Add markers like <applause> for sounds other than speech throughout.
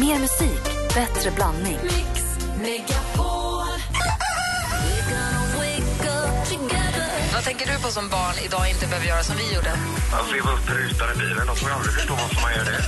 Mer musik, bättre blandning. Mix Megapol. Vad tänker du på som barn idag inte behöver göra som vi gjorde? Att leva upp till rutan i bilen, de får ju aldrig förstå varför man gör det.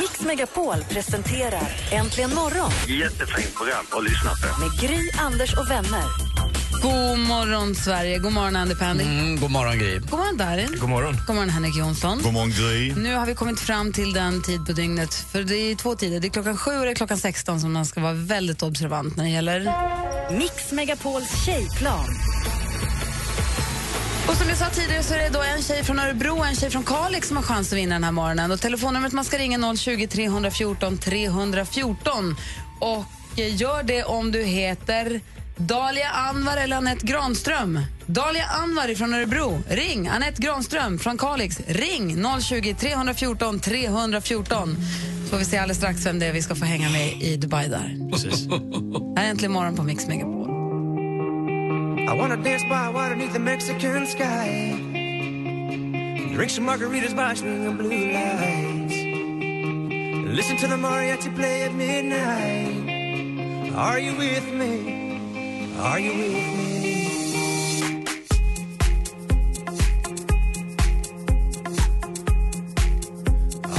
Mix Megapol presenterar Äntligen morgon Jättefint program att lyssna på. med Gry, Anders och vänner. God morgon, Sverige. God morgon, Andy Pandy. Mm, god morgon, Gry. God morgon, Darin. God morgon. God morgon, Henrik Jonsson. God morgon Gry. Nu har vi kommit fram till den tid på dygnet, för det är två tider. Det är klockan sju och det är klockan 16 som man ska vara väldigt observant när det gäller. Mix Megapols tjejplan. Och som jag sa tidigare så är det då en tjej från Örebro och en tjej från Kalix som har chans att vinna den här morgonen. Och telefonnumret man ska ringa är 020 314 314. Och eh, gör det om du heter Dalia Anwar eller Anette Granström. Dalia Anwar från Örebro, ring. Anette Granström från Kalix, ring. 020 314 314. Så får vi se alldeles strax vem det är vi ska få hänga med i Dubai där. Här är Äntligen morgon på Mix Megapol. I wanna dance by water beneath the Mexican sky. Drink some margaritas by swinging blue lights. Listen to the mariachi play at midnight. Are you with me? Are you with me?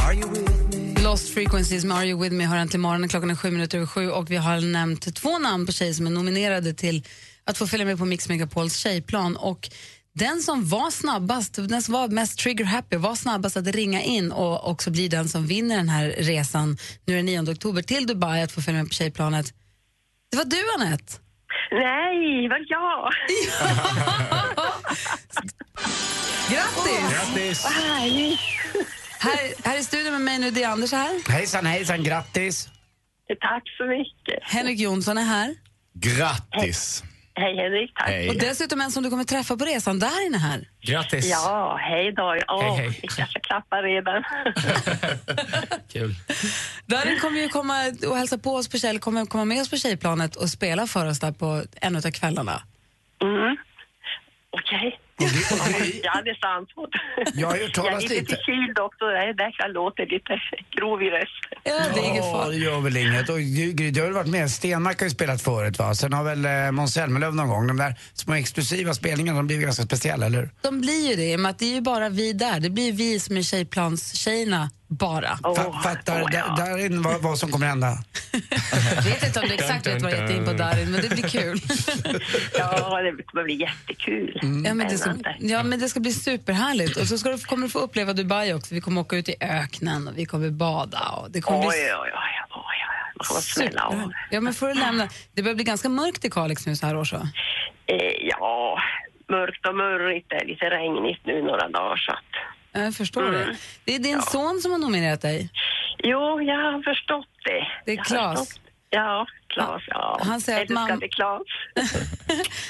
Are you with me? Lost Frequencies med Are You With Me har äntligen morgonen. Klockan är sju minuter över sju och vi har nämnt två namn på tjejer som är nominerade till att få följa med på Mix Megapols tjejplan. Och den som var snabbast, den som var mest trigger happy var snabbast att ringa in och också bli den som vinner den här resan nu den 9 oktober till Dubai att få följa med på tjejplanet. Det var du Anette! Nej, vad jag? Grattis! Grattis! Härligt. Här, här i studion med mig nu, det är Anders här. Hejsan, hejsan, grattis! Tack så mycket. Henrik Jonsson är här. Grattis. Hej Henrik, tack. Och dessutom en som du kommer träffa på resan, där inne här. Grattis! Ja, hej då. Åh, Hej, hej. vi kanske klappar redan. Kul. Darin kommer ju komma och hälsa på oss på tjej, kommer komma med oss på tjejplanet och spela för oss där på en av kvällarna. Mm. Okej. Ja, det är sant. Jag har ju hört Jag talas är lite lite. förkyld också. Det är därför jag låter lite grov i rösten. Ja, det är ingen Ja, det fara. gör väl inget. Och Gry, Gry, du har väl varit med? Stenmark har ju spelat förut va? Sen har väl eh, Måns Zelmerlöw någon gång. De där små exklusiva spelningarna, de blir ju ganska speciella, eller hur? De blir ju det, i och med att det är ju bara vi där. Det blir vi som är tjejplanstjejerna bara. Åh, Fa- Fattar åh, da- ja. Darin vad, vad som kommer hända? Jag vet inte om du exakt vet vad jag gett in på Darin, men det blir <laughs> kul. ja, det kommer bli jättekul. Mm. Ja men, det ska, Spännande. ja, men det ska bli superhärligt. Och så ska du, kommer du få uppleva Dubai också. Vi kommer åka ut i öknen och vi kommer bada. Och det kommer Oj, bli oj, oj. oj, oj. Man får smälla av. super. Ja, men får du lämna. Det börjar bli ganska mörkt i Kalix nu så här års, va? Eh, ja, mörkt och murrigt. Det är lite regnigt nu några dagar. Så att... Jag förstår Mm. det. Det är din son som har nominerat dig. Jo, jag har förstått det. Det är Jag har Claes. förstått- Ja, Claes. Ja. Han säger att Eller ska mam- det Claes? <laughs>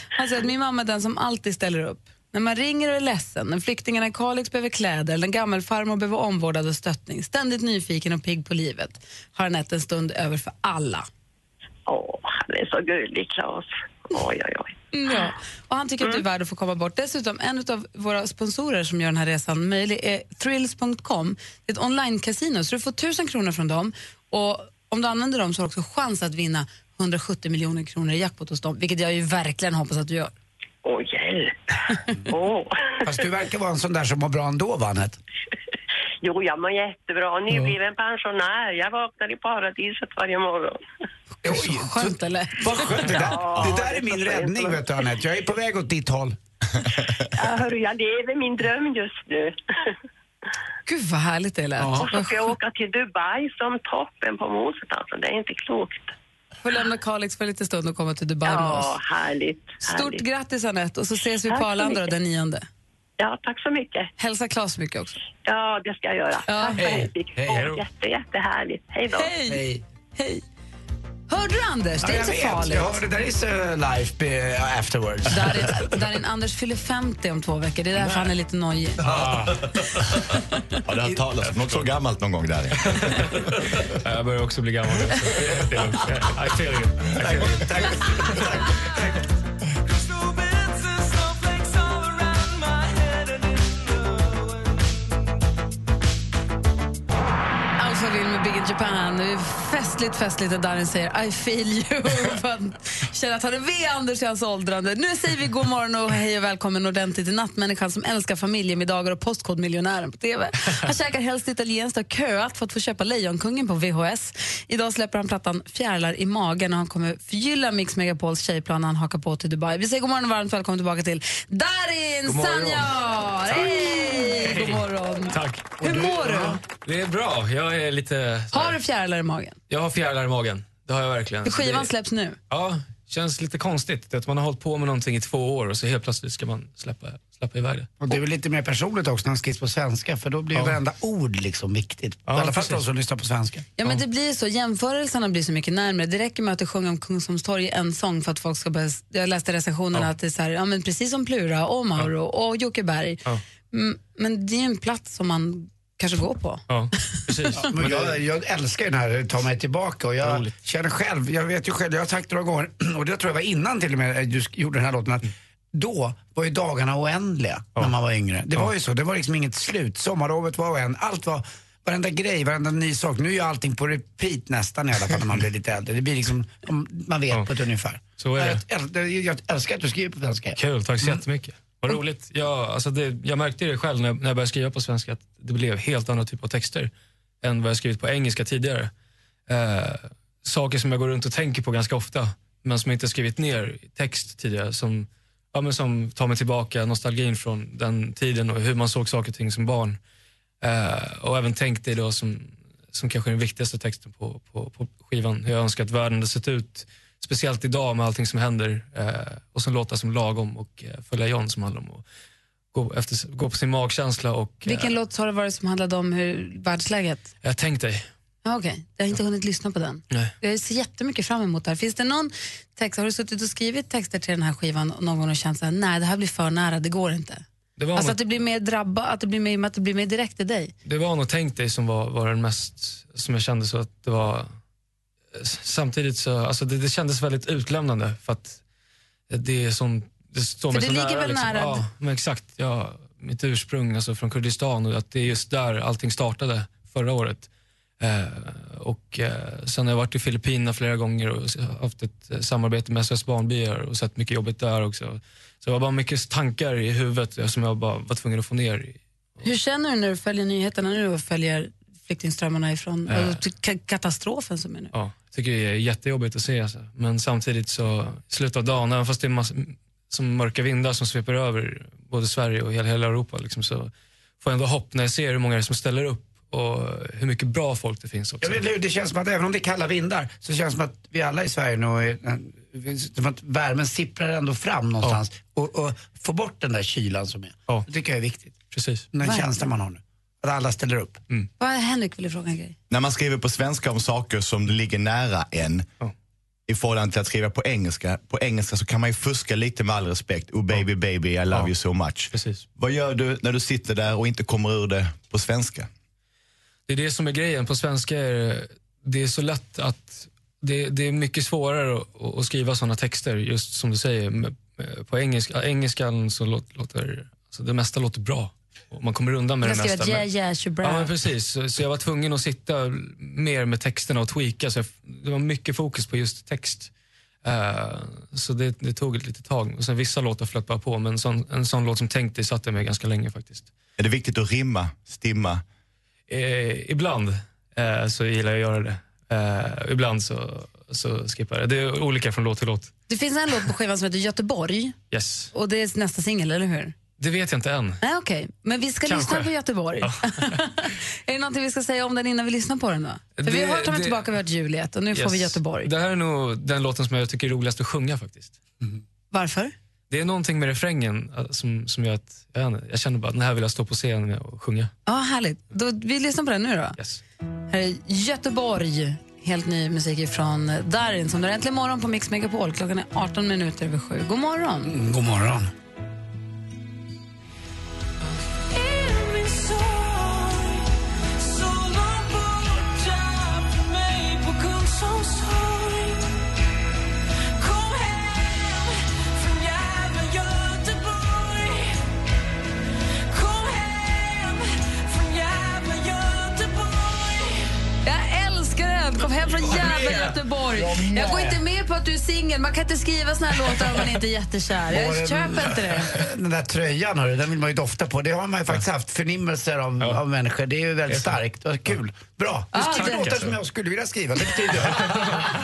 Han säger att Alltså, min mamma är den som alltid ställer upp. När man ringer och är ledsen, när flyktingarna i Kalix behöver kläder eller när gammelfarmor behöver omvårdnad och stöttning, ständigt nyfiken och pigg på livet, har Anette en stund över för alla. Åh, han är så gullig, Claes. Oj, oj, oj. Ja. Och han tycker att du är värd att få komma bort. Dessutom, en av våra sponsorer som gör den här resan möjlig är thrills.com. Det är ett online-casino, så du får 1000 kronor från dem. Och om du använder dem så har du också chans att vinna 170 miljoner kronor i jackpot hos dem, vilket jag ju verkligen hoppas att du gör. Åh, <laughs> hjälp. Åh. Fast du verkar vara en sån där som mår bra ändå, va, Anette? Jo, jag mår jättebra. Nybliven pensionär. Jag vaknar i paradiset varje morgon. Oj, Skönt eller? Vad skönt. Det där, Ja, det där är det min är så räddning, skönt. vet du, Anette. Jag är på väg åt ditt håll. Ja, hörru, jag lever min dröm just nu. Gud vad härligt det lät. Och så Vad ska jag åka till Dubai som toppen på moset. Alltså, det är inte klokt. får lämna Kalix för lite stund och komma till Dubai med Ja, oss. härligt. Stort härligt. grattis Anette och så ses vi Tack på så Arlanda då, mycket. den nionde. Ja, tack så mycket. Hälsa Claes mycket också. Ja, det ska jag göra. Ja. Tack för att jag fick. Hej, Åh, hej då. jätte, jättehärligt. Hej då. Hej! Hej! Hörde du Anders? Det är jag inte vet. farligt. Ja, det där är så life be- afterwards. Darin, Darin Anders fyller 50 om två veckor, det är därför han är lite nojig. Har det hört talas om något så gammalt någon gång där? Jag börjar också bli gammal. Det är lugnt. I feel you. Japan. Det är Festligt, festligt att Darin säger I feel you. <laughs> För att känner att han är V. Anders i hans åldrande. Nu säger vi god morgon och hej och välkommen ordentligt till nattmänniskan som älskar familjemiddagar och Postkodmiljonären på TV. Han käkar helst italienskt och har köat för att få köpa Lejonkungen på VHS. Idag släpper han plattan Fjärilar i magen och han kommer förgylla Mix Megapols tjejplan när han hakar på till Dubai. Vi säger god morgon och varmt välkommen tillbaka till Darin God morgon. Sanjar! Hej! God morgon! Tack. Hur mår du? Det är bra. Jag är lite... Har du fjärilar i magen? Jag har fjärilar i magen. Det har jag verkligen. Skivan Alltså, Det- släpps nu. Ja, känns lite konstigt att man har hållit på med någonting i två år och så helt plötsligt ska man släppa, släppa iväg det. Och det är väl lite mer personligt också när han skrivs på svenska för då blir ju Ja. varenda ord liksom viktigt. Ja, I alla fall för precis. de som lyssnar på svenska. Ja, men det blir så. Jämförelserna blir så mycket närmare. Det räcker med att du sjunger om Kungsholmstorg i en sång för att folk ska börja... Jag läste recensionerna att det är så här, ja, men precis som Plura och Mauro och Jockeberg. Ja. Mm, Men det är ju en plats som man kanske går på. Ja, precis. Men jag, jag älskar ju den här Ta mig tillbaka och jag Roligt. känner själv, jag vet ju själv, jag har sagt några gånger <clears throat> och det tror jag var innan till och med eh, du sk- gjorde den här låten att då var ju dagarna oändliga när man var yngre. Det var ju så, det var liksom inget slut. Sommarlovet var oändligt, allt var Varenda grej, varenda ny sak. Nu är ju allting på repeat nästan i alla fall när man blir lite äldre. Det blir liksom, om man vet Ja. på ett ungefär. Så är det. Jag, äl- jag älskar att du skriver på svenska. Kul, tack så jättemycket. Vad roligt. Jag, alltså det, jag märkte det själv när jag, när jag började skriva på svenska att det blev helt andra typer av texter än vad jag skrivit på engelska tidigare. Eh, saker som jag går runt och tänker på ganska ofta men som jag inte skrivit ner i text tidigare som, ja, men som tar mig tillbaka, nostalgin från den tiden och hur man såg saker och ting som barn. Eh, och även Tänk dig då som, som kanske är den viktigaste texten på, på, på skivan. Hur jag önskar att världen hade sett ut, speciellt idag med allting som händer. Eh, och sen låtar som Lagom och eh, Följa John som handlar om att gå, efter, gå på sin magkänsla och Vilken eh, låt har det varit som handlade om hur världsläget? eh, Tänk dig. Ja, Okej, jag har inte hunnit lyssna på den. Nej. Jag ser jättemycket fram emot det här. Finns det någon text, har du suttit och skrivit texter till den här skivan någon gång och känt så här, nej det här blir för nära, det går inte? Det var Alltså något- att det blir mer drabba, att det blir mer, att det blir mer direkt i dig? Det var nog Tänk dig som var, var den mest, som jag kände så att det var, samtidigt så, alltså det, det kändes väldigt utlämnande för att det är som, det står För mig det så ligger nära. väl liksom. nära- Ja, men exakt. Ja, mitt ursprung alltså från Kurdistan och att det är just där allting startade förra året. Eh, och eh, sen har jag varit i Filippinerna flera gånger och s- haft ett eh, samarbete med SOS Barnbyar och sett mycket jobbigt där också. Så det var bara mycket tankar i huvudet eh, som jag bara var tvungen att få ner i Hur känner du när du följer nyheterna nu och följer flyktingströmmarna ifrån Eh. och till ka- katastrofen som är nu? Ja, jag tycker det är jättejobbigt att se. Alltså. Men samtidigt så, i slutet av dagen, även fast det är mass- som mörka vindar som sveper över både Sverige och hela, hela Europa, liksom, så får jag ändå hopp när jag ser hur många det är som ställer upp och hur mycket bra folk det finns Jag också. vet, inte, det känns som att även om det är kalla vindar så känns det som att vi alla i Sverige nu är, som att värmen sipprar ändå fram någonstans och, och får bort den där kylan som är. Ja. Det tycker jag är viktigt. Precis. Den Verkligen. känslan man har nu. Att alla ställer upp. Mm. Vad Henrik ville fråga en grej. När man skriver på svenska om saker som ligger nära en Ja. i förhållande till att skriva på engelska. På engelska så kan man ju fuska lite med all respekt. Oh baby baby I love you so much. Precis. Vad gör du när du sitter där och inte kommer ur det på svenska? Det är det som är grejen. På svenska är det- det är så lätt att... Det, det är mycket svårare att, att skriva såna texter, just som du säger. med- med- På engelska, engelskan så låt- låter... Alltså det mesta låter bra. Och man kommer undan med Jag det skrev mesta. att men- yeah yeah she Ja, men bra. precis. Så, så jag var tvungen att sitta mer med texterna och tweaka. Så jag, f- det var mycket fokus på just text. Eh, så det, det tog ett litet tag. Och sen vissa låtar flöt bara på, men sån, en sån låt som Tänk dig satt jag med ganska länge faktiskt. Är det viktigt att rimma, stimma? Eh, ibland eh, så gillar jag att göra det. Eh, ibland så, så skippar jag det. Det är olika från låt till låt. Det finns en låt på skivan som heter Göteborg Yes. och det är nästa singel, eller hur? Det vet jag inte än. Nej, okej. Men vi ska Kanske. lyssna på Göteborg. <laughs> är det någonting vi ska säga om den innan vi lyssnar på den då? För vi Det- har hört den det- tillbaka, vi har hört Juliet och nu får Yes. vi Göteborg. Det här är nog den låten som jag tycker är roligast att sjunga faktiskt. Varför? Det är någonting med refrängen eh, som, som gör att jag, vet inte, jag känner bara att den här vill jag stå på scenen med och sjunga. Ja, härligt. Då, vi lyssnar på den nu då. Yes. Här är Göteborg. Helt ny musik från Darin som du äntligen morgon på Mix Megapol. Klockan är 18 minuter över sju. God morgon. God morgon. Jag Hem från jävla Göteborg. Jag går inte med på att du är singel. Man kan inte skriva såna här låtar om man inte är jättekär. Jag köper inte det. <laughs> Den där tröjan, hörru, den vill man ju dofta på. Det har man ju faktiskt haft förnimmelser av, av människor. Det är ju väldigt starkt och kul. Bra. Det Ah, är det- låtar som jag skulle vilja skriva. Det betyder,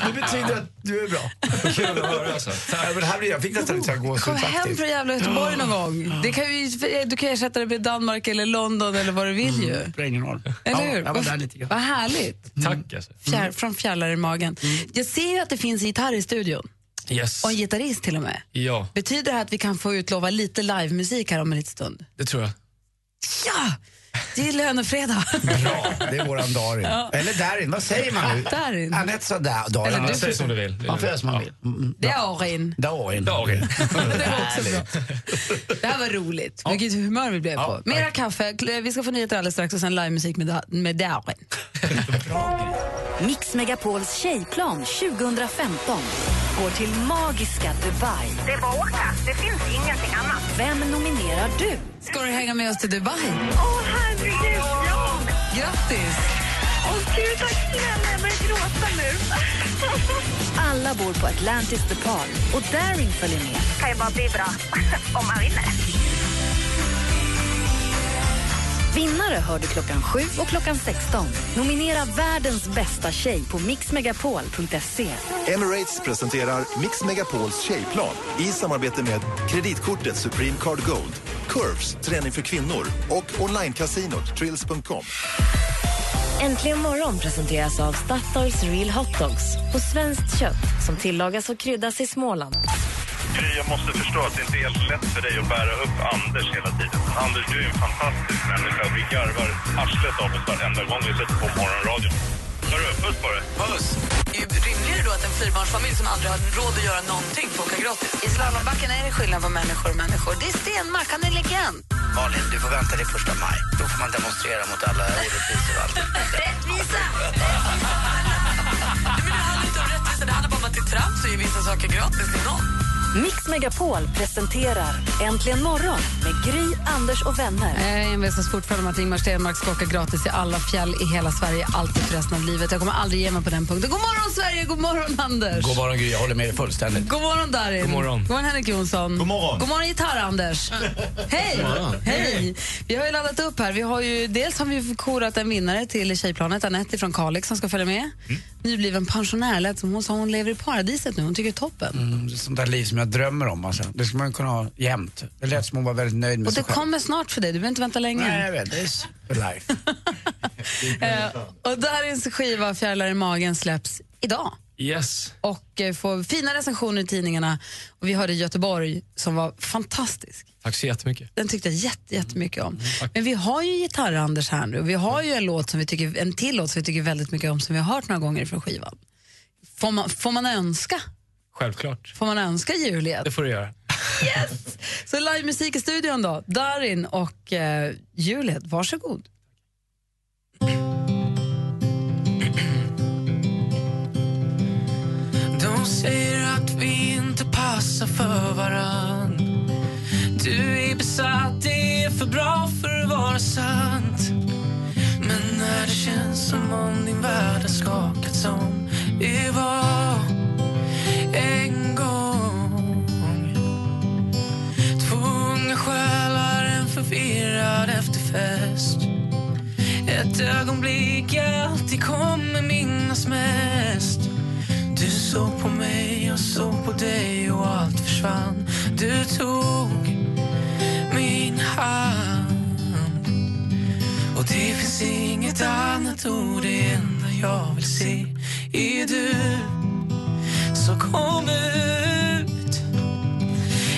<laughs> det betyder att du är bra. Kul att höra alltså. Tack. Ja, men här blir, jag fick nästan lite Kom gåshud hem faktiskt. från jävla Göteborg någon gång. Det kan ju, du kan ju ersätta det med Danmark eller London eller vad du vill ju. Spelar ingen roll. Eller Mm. Ja, hur? jag var där lite Vad grann. Mm. härligt. Tack alltså. Fjär, från fjällar i magen. Jag ser ju att det finns en gitarr i studion. Yes. Och en gitarrist till och med. Ja, Betyder det här att vi kan få utlova lite livemusik här om en liten stund? det tror jag. Ja! Det är lönefredag. Bra, det är våran Darin. Eller Darin, vad säger man nu? Darin. Anette sa da, Darin. Eller Ja, du Säg som du vill. Man får göra som man vill. Mm, Det är Arin. Darin. Darin. <laughs> Det var också bra. Det här var roligt. Vilket humör vi blev på. Mera kaffe. Kl- Vi ska få nyheter alldeles strax och sen livemusik med, Da- med Darin. Mix Megapols tjejplan 2015 går till magiska Dubai. Det är bara att åka. Det finns ingenting annat. Vem nominerar du? Ska du hänga med oss till Dubai? Åh, herregud, ja! Grattis! Åh, gud, tack snälla. Jag börjar gråta nu. Alla bor på Atlantis The Park och Darin följer med. kan ju bara bli bra <laughs> om man vinner. Vinnare hör du klockan 7 och klockan 16. Nominera världens bästa tjej på mixmegapol.se. Emirates presenterar Mix Megapols tjejplan i samarbete med kreditkortet Supreme Card Gold, Curves, träning för kvinnor och onlinecasinot Trills.com. Äntligen morgon presenteras av Statoils Real Hot Dogs på svenskt kött som tillagas och kryddas i Småland. Gry, jag måste förstå att det inte är helt lätt för dig att bära upp Anders hela tiden. Anders, du är en fantastisk människa. Vi garvar arslet av oss varenda gång vi sätter på morgonradion. Hörru, puss på dig. Puss! Rimligare då att en fyrbarnsfamilj som aldrig har råd att göra någonting får åka gratis. I slalombacken är det skillnad på människor och människor. Det är Stenmark, han är legend. Malin, du får vänta till första maj. Då får man demonstrera mot alla orättvisor och allt. Rättvisa! Nej, men det handlar inte om rättvisa, det handlar bara om att det är trams och ge vissa saker gratis till någon. Mix Megapol presenterar Äntligen morgon med Gry, Anders och vänner. Jag envisas Eh, fortfarande med att Ingmar Stenmark ska åka gratis i alla fjäll i hela Sverige, alltid för resten av livet. Jag kommer aldrig ge mig på den punkten. God morgon Sverige, god morgon Anders! God morgon Gry, jag håller med dig fullständigt. God morgon Darin. God morgon. God morgon Henrik Jonsson. God morgon. God morgon Gitarr-Anders. Hej. Hej. Vi har ju laddat upp här. Vi har ju, dels har vi korat en vinnare till Tjejplanet, Anette från Kalix som ska följa med. Nybliven pensionär, lät som hon sa hon lever i paradiset nu. Hon tycker det är toppen. Mm, det är sånt där liv som jag drömmer om. Alltså. Det ska man kunna ha jämt. Det lät som hon var väldigt nöjd med Och det sig själv. kommer snart för dig, du behöver inte vänta länge. Nej, jag vet. Det är s- for life. Eh, och Darins skiva Fjärilar i magen släpps idag. Yes. och eh, får fina recensioner i tidningarna. Och vi hörde Göteborg som var fantastisk. Tack så jättemycket. Den tyckte jag jätte, jättemycket Mm, om. Men vi har ju gitarr-Anders här nu. Vi har ju en, låt som vi tycker, en till låt som vi tycker väldigt mycket om som vi har hört några gånger från skivan. Får man, får man önska? Självklart. Får man önska juled? Det får du göra. Så livemusik i studion då. Darin och eh, Juliet, varsågod. De säger att vi inte passar för varann Du är besatt, det är för bra för att vara sant Men när det känns som om din värld har skakat som vi var en gång Två unga själar, en förvirrad efterfest Ett ögonblick jag alltid kommer minnas mest du såg på mig, jag såg på dig och allt försvann Du tog min hand Och det finns inget annat ord, det enda jag vill se är du Så kom ut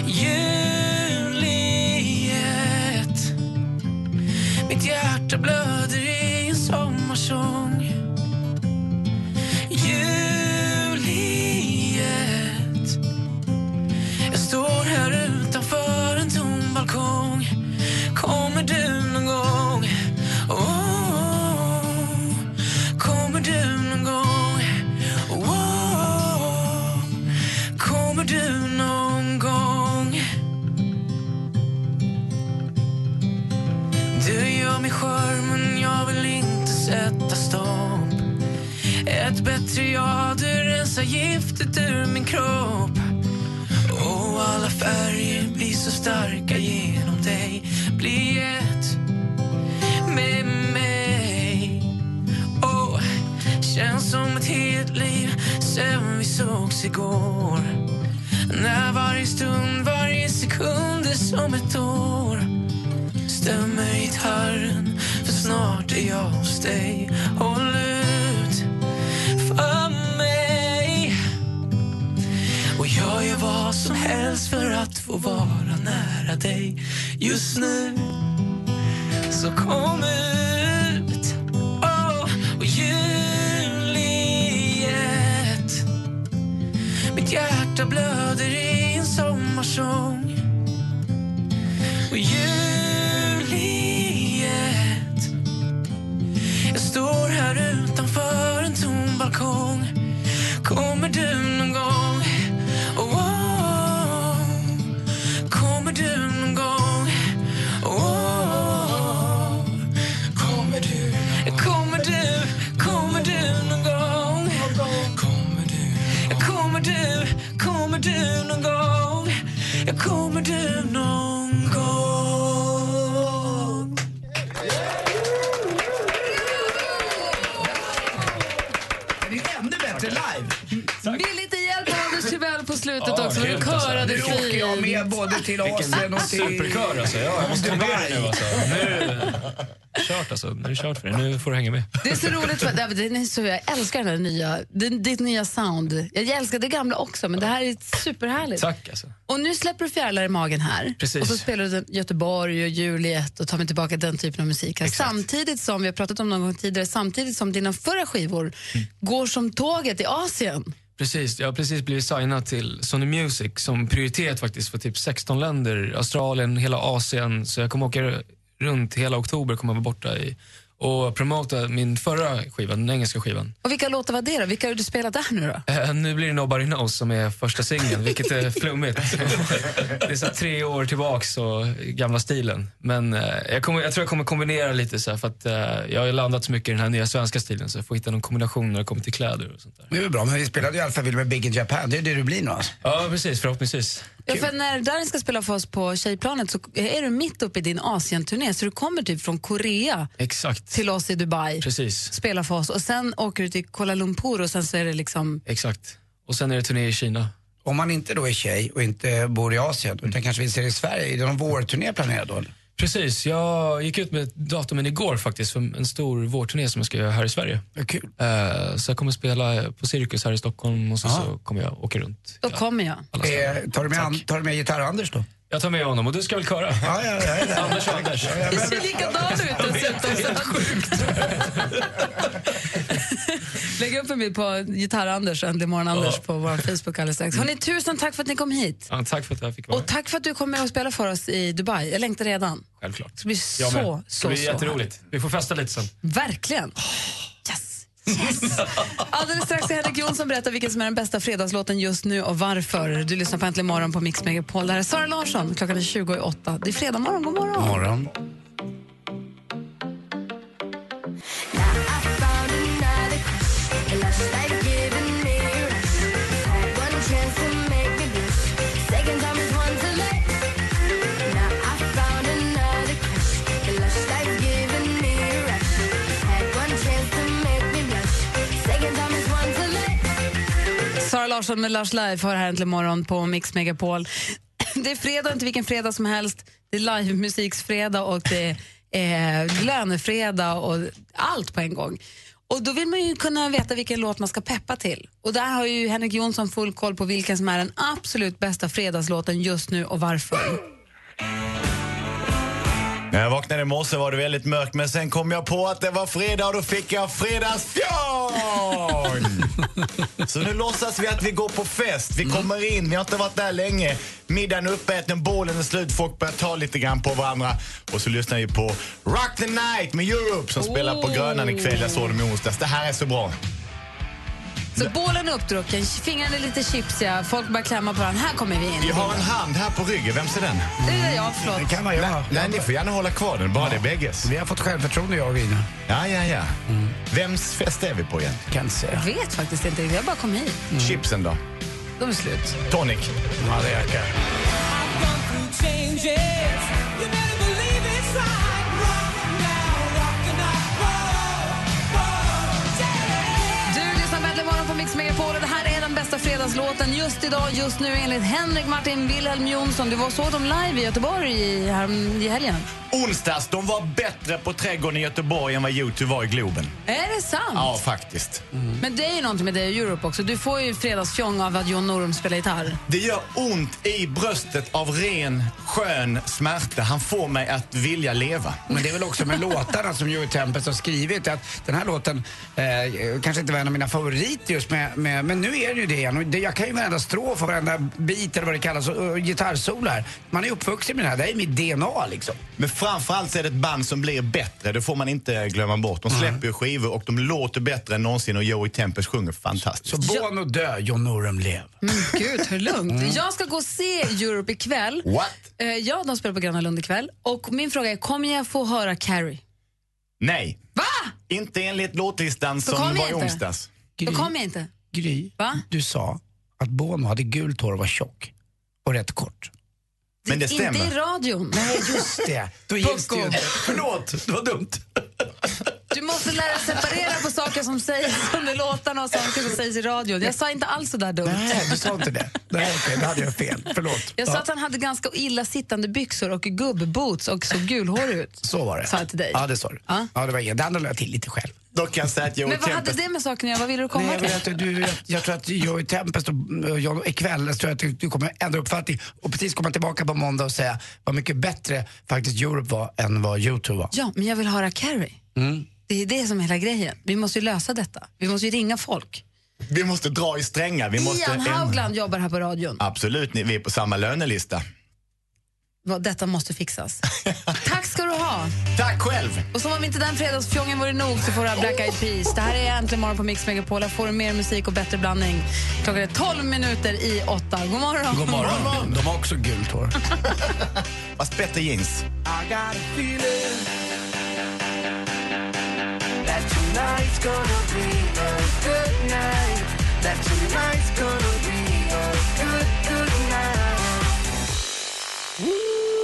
Juliet Mitt hjärta blöder i en sommarsång Juliet Jag står här utanför en tom balkong Kommer du någon gång? Oh, kommer du någon gång? Oh, kommer du någon gång? Du gör mig skör men jag vill inte sätta stopp ett ett bättre jag. Du rensar giftet ur min kropp. Och alla färger blir så starka genom dig. Bli ett med mig. Oh, känns som ett helt liv sen vi sågs igår. När varje stund, varje sekund är som ett år. Stämmer gitarren, för snart är jag hos dig. Håll ut för mig. Och jag gör vad som helst för att få vara nära dig just nu. Så kom ut oh, och Juliet Mitt hjärta blöder i en sommarsång Och Juliet Jag står här utanför en tom balkong Kommer du någon gång? Oh, oh, Kommer du någon gång? Oh, kommer du? Kommer du? Kommer du någon gång? Kommer du? Kommer du? Kommer du någon gång? Kommer du någon gång? <laughs> Det är ännu bättre live. Vill lite hjälp av Anders Timell på slutet Ja, också. Du helt alltså. körade Nu åker jag fint. med både till Asien och till... Superkör alltså. Ja, jag måste ta med Dubai. dig nu alltså. Nu är det kört alltså. Nu är det kört för dig. Nu får du hänga med. Det är så roligt. För, Nej, men det är så, jag älskar den här nya, det, ditt nya sound. Jag älskar det gamla också, men det här är superhärligt. Tack alltså. Och nu släpper du fjärilar i magen här. Precis. Och så spelar du den- Göteborg och Juliet och tar mig tillbaka den typen av musik. Här. Samtidigt som, vi har pratat om någon gång tidigare, samtidigt som dina förra skivor Mm. går som tåget i Asien. Precis, jag har precis blivit signad till Sony Music som prioritet faktiskt för typ 16 länder, Australien, hela Asien. Så jag kommer åka r- runt hela oktober, kommer vara borta i och promota min förra skiva, den engelska skivan. Och vilka låtar var det då? Vilka har du spelat där nu då? Eh, nu blir det Nobody Knows som är första singeln, vilket är flummigt. det är så här tre år tillbaks och gamla stilen. Men eh, jag, kommer, jag tror jag kommer kombinera lite så här, för att eh, jag har ju landat så mycket i den här nya svenska stilen så jag får hitta någon kombination när det kommer till kläder och sånt där. Det är väl bra, men vi spelade ju i alla fall med Big in Japan. Det är det du blir nu alltså. Ja, precis. Förhoppningsvis. Ja, för när Darin ska spela för oss på Tjejplanet så är du mitt uppe i din Asien-turné så du kommer typ från Korea Exakt. till oss i Dubai, Precis. spelar för oss och sen åker du till Kuala Lumpur och sen så är det liksom... Exakt. Och sen är det turné i Kina. Om man inte då är tjej och inte bor i Asien, utan kanske vill se det i Sverige, är det någon vårturné planerad då? Precis, jag gick ut med datumen igår faktiskt för en stor vårturné som jag ska göra här i Sverige. Vad kul. Eh, Så jag kommer spela på Cirkus här i Stockholm och sen så kommer jag åka runt. Då kommer jag. Alla ställen. Eh, tar, du med an, tar du med gitarr-Anders då? Jag tar med honom och du ska väl <laughs> köra? Ja, ja, ja. ja. Anders och Anders. Det ser likadan ut dessutom. <laughs> Lägg upp en bild på Gitarr-Anders och Äntligen morgon-Anders på vår Facebook alldeles strax. Hörrni, tusen tack för att ni kom hit. Ja, tack för att jag fick vara Och med. tack för att du kommer och spelar för oss i Dubai. Jag längtar redan. Självklart. Det blir så, så, Det blir så jätteroligt. Vi får festa lite sen. Verkligen. Yes. Yes. Alldeles strax ska Henrik Jonsson berätta vilken som är den bästa fredagslåten just nu och varför. Du lyssnar på Äntligen morgon på Mix Megapol. Det här är Sara Larsson. Klockan är 20 i åtta. Det är fredag morgon. God morgon. Morgon. Sara Larsson med Lars Live hör här äntligen morgon på Mix Megapol. Det är fredag, inte vilken fredag som helst. Det är livemusiksfredag och det är lönefredag och allt på en gång. Och då vill man ju kunna veta vilken låt man ska peppa till. Och där har ju Henrik Jonsson full koll på vilken som är den absolut bästa fredagslåten just nu och varför. När jag vaknade i morse var det väldigt mörkt men sen kom jag på att det var fredag och då fick jag fredagsfjärn! Så nu låtsas vi att vi går på fest. Vi kommer in, vi har inte varit där länge. Middagen är uppäten, bålen är slut, folk börjar ta lite grann på varandra. Och så lyssnar vi på Rock the Night med Europe som spelar på Grönan ikväll. Jag såg dem i onsdags. Det här är så bra. Så bålen är uppdrucken, fingrarna är lite chipsiga, folk börjar klämma på varandra. Här kommer vi in. Jag har en hand här på ryggen. Vems är den? Det är jag, Det förlåt. kan vara jag. Nej, ni får gärna hålla kvar den. Bara det är bägges. Vi har fått självförtroende jag och Ina. Ja, ja, ja. Vems fest är vi på igen? Kan inte säga. Jag vet faktiskt inte. Jag bara kom hit. Chipsen då? De är slut. Tonic? Ja, det ökar. Du lyssnar på Äntligen morgon på Mix Megapol och det här är den bästa fredagslåten just idag, just nu enligt Henrik Martin Wilhelm Jonsson. Du var såg dem live i Göteborg i, här, i helgen. Onsdags, de var bättre på Trädgården i Göteborg än vad YouTube var i Globen. Mm. Är det sant? Ja, faktiskt. Men det är ju någonting med det i Europe också. Du får ju fredagsfjong av att John Norum spelar gitarr. Det gör ont i bröstet av ren, skön smärta. Han får mig att vilja leva. Men det är väl också med låtarna som Joey Tempest har skrivit. Att den här låten eh, kanske inte var en av mina favoriter just med, med, men nu är det ju det igen. Och det, jag kan ju varenda strof och varenda bit eller vad det kallas och, och gitarrsolo här. Man är uppvuxen med det här, det här är mitt DNA liksom. Men framförallt så är det ett band som blir bättre. Det får man inte glömma bort. Mm. De släpper ju skivor och de låter bättre än någonsin och Joey Tempest sjunger Så fantastiskt. Born och dö, John Norum lev. Gud, hur lugnt. Mm. Jag ska gå och se Europe ikväll. What? Eh, ja, de spelar på Gröna Lund ikväll. Och min fråga är, kommer jag få höra Carrie? Nej, Va? inte enligt låtlistan Så som kom var i igen inte. onsdags. Då kommer jag inte. Gry, Va? du sa att Bono hade gult hår och var tjock. Och rätt kort. Men det Inte i stämmer. radion. Nej, just det. <laughs> Då gills det ju Pucko. inte. Förlåt, det var dumt. Du måste lära dig separera på saker som sägs under låtarna och saker som sägs i radion. Jag sa inte alls så där dumt. Nej, du sa inte det. Nej, okej, då hade jag fel. Förlåt. Jag sa att han hade ganska illa sittande byxor och gubbboots och såg gulhårig ut. Så var det. Sa jag till dig. Ja, det sa du. Ja. Ja, det var inget. Det andra lade jag till lite själv. Då kan jag säga att Joey Men vad hade Tempest... det med saken att göra? Vad ville du komma Nej, jag, till? vet, att du, jag, jag tror att Joey Tempest och eh, jag ikväll, jag tror att du- du kommer ändra uppfattning och precis komma tillbaka på måndag och säga vad mycket bättre faktiskt Europe var än vad YouTube var. Ja, men jag vill höra Carrie. Mm. Det är det som är hela grejen. Vi måste ju lösa detta. Vi måste ju ringa folk. Vi måste dra i strängar. Vi måste Ian ändra. Haugland jobbar här på radion. Absolut, ni- vi är på samma lönelista. Vad- Detta måste <laughs> fixas. Tack ska du ha. Tack själv! Och som om inte den fredagsfjongen vore nog så får du ha Black Eyed Peas. Det här är Äntligen morgon på Mix Megapol. Här får du mer musik och bättre blandning. Klockan är 12 minuter i åtta. God morgon. God morgon. De har också gult hår. Fast bättre jeans. I got a feeling that tonight's gonna be a good night. That tonight's gonna be a good, good night.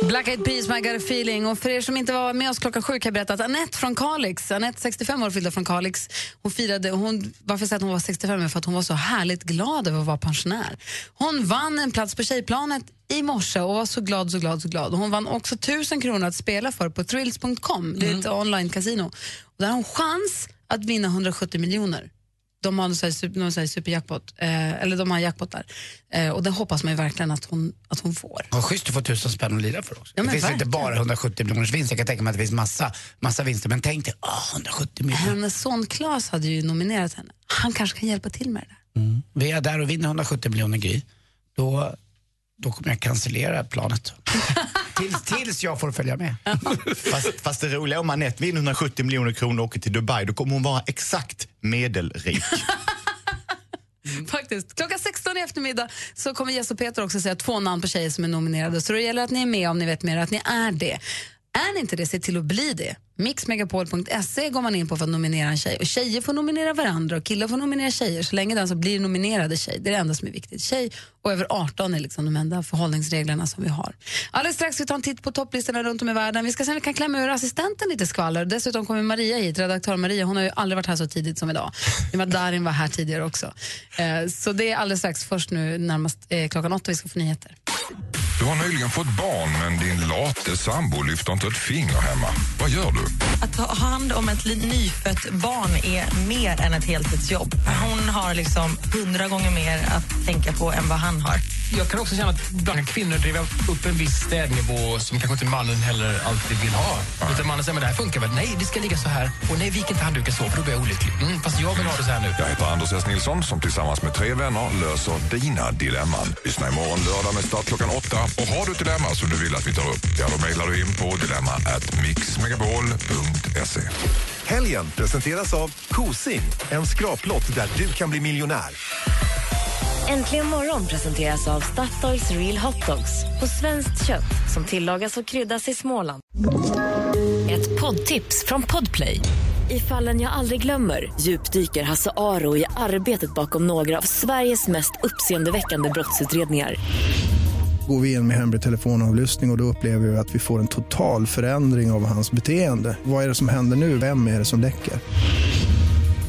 Black Eyed Peas, My Got A Feeling. Och för er som inte var med oss klockan sju kan jag berätta att Anette från Kalix, Anette 65 år fyllda från Kalix, hon firade, hon, varför jag säger att hon var 65 är för att hon var så härligt glad över att vara pensionär. Hon vann en plats på tjejplanet i morse och var så glad, så glad, så glad. Och hon vann också 1000 kronor att spela för på thrills.com, det är ett online-casino. Och Där har hon chans att vinna 170 miljoner. De har en sån här super- någon sån här superjackpot, eh, eller de har jackpot där. Eh, och det hoppas man ju verkligen att hon, att hon får. Vad schysst att få tusen spänn att lira för också. Ja, men det finns inte verkligen. bara 170 miljoners vinster. Jag kan tänka mig att det finns massa, massa vinster. Men tänk dig, ah, 170 miljoner. Hennes son Claes hade ju nominerat henne. Han kanske kan hjälpa till med det där. Vi är där och vinner 170 miljoner Gry. Då, då kommer jag <laughs> cancellera planet. tills, tills jag får följa med. Fast, fast det roliga är om Anette vinner 170 miljoner kronor och åker till Dubai, då kommer hon vara exakt medelrik. Faktiskt. Klockan 16 i eftermiddag så kommer Jess och Peter också säga två namn på tjejer som är nominerade. Så det gäller att ni är med om ni vet mer att ni är det. Är ni inte det, se till att bli det. Mixmegapol.se går man in på för att nominera en tjej. Och tjejer får nominera varandra och killar får nominera tjejer. Så länge den som blir nominerad är tjej. Det är det enda som är viktigt. Tjej och över 18 är liksom de enda förhållningsreglerna som vi har. Alldeles strax ska vi ta en titt på topplistorna runt om i världen. Vi ska se om vi kan klämma ur assistenten lite skvaller. Dessutom kommer Maria hit, redaktör Maria. Hon har ju aldrig varit här så tidigt som idag. Det var Darin var här tidigare också. Eh, Så det är alldeles strax. Först nu närmast eh, klockan åtta vi ska få nyheter. Du har nyligen fått barn, men din late sambo lyfter inte ett finger hemma. Vad gör du? Att ta hand om ett li- nyfött barn är mer än ett heltidsjobb. Hon har liksom hundra gånger mer att tänka på än vad han har. Mm. Jag kan också känna att ibland kan kvinnor driva upp en viss städnivå som kanske inte mannen heller alltid vill ha. Utan mannen säger men det här funkar väl? Nej, det ska ligga så här. Och nej, vik inte handduken så för då blir jag olycklig. Mm, fast jag vill ha det så här nu. Jag heter Anders S. Nilsson som tillsammans med tre vänner löser dina dilemman. Lyssna imorgon lördag med start klockan åtta. Och har du ett dilemma som du vill att vi tar upp, ja, då mejlar du in på dilemma at mixmegapol.se. Helgen presenteras av Kosing, en skraplott där du kan bli miljonär. Äntligen morgon presenteras av Statoils Real Hot Dogs på svenskt kött som tillagas och kryddas i Småland. Ett poddtips från Podplay. I fallen jag aldrig glömmer djupdyker Hasse Aro i arbetet bakom några av Sveriges mest uppseendeväckande brottsutredningar. Går vi in med hemlig telefonavlyssning och, och då upplever vi att vi får en total förändring av hans beteende. Vad är det som händer nu? Vem är det som läcker?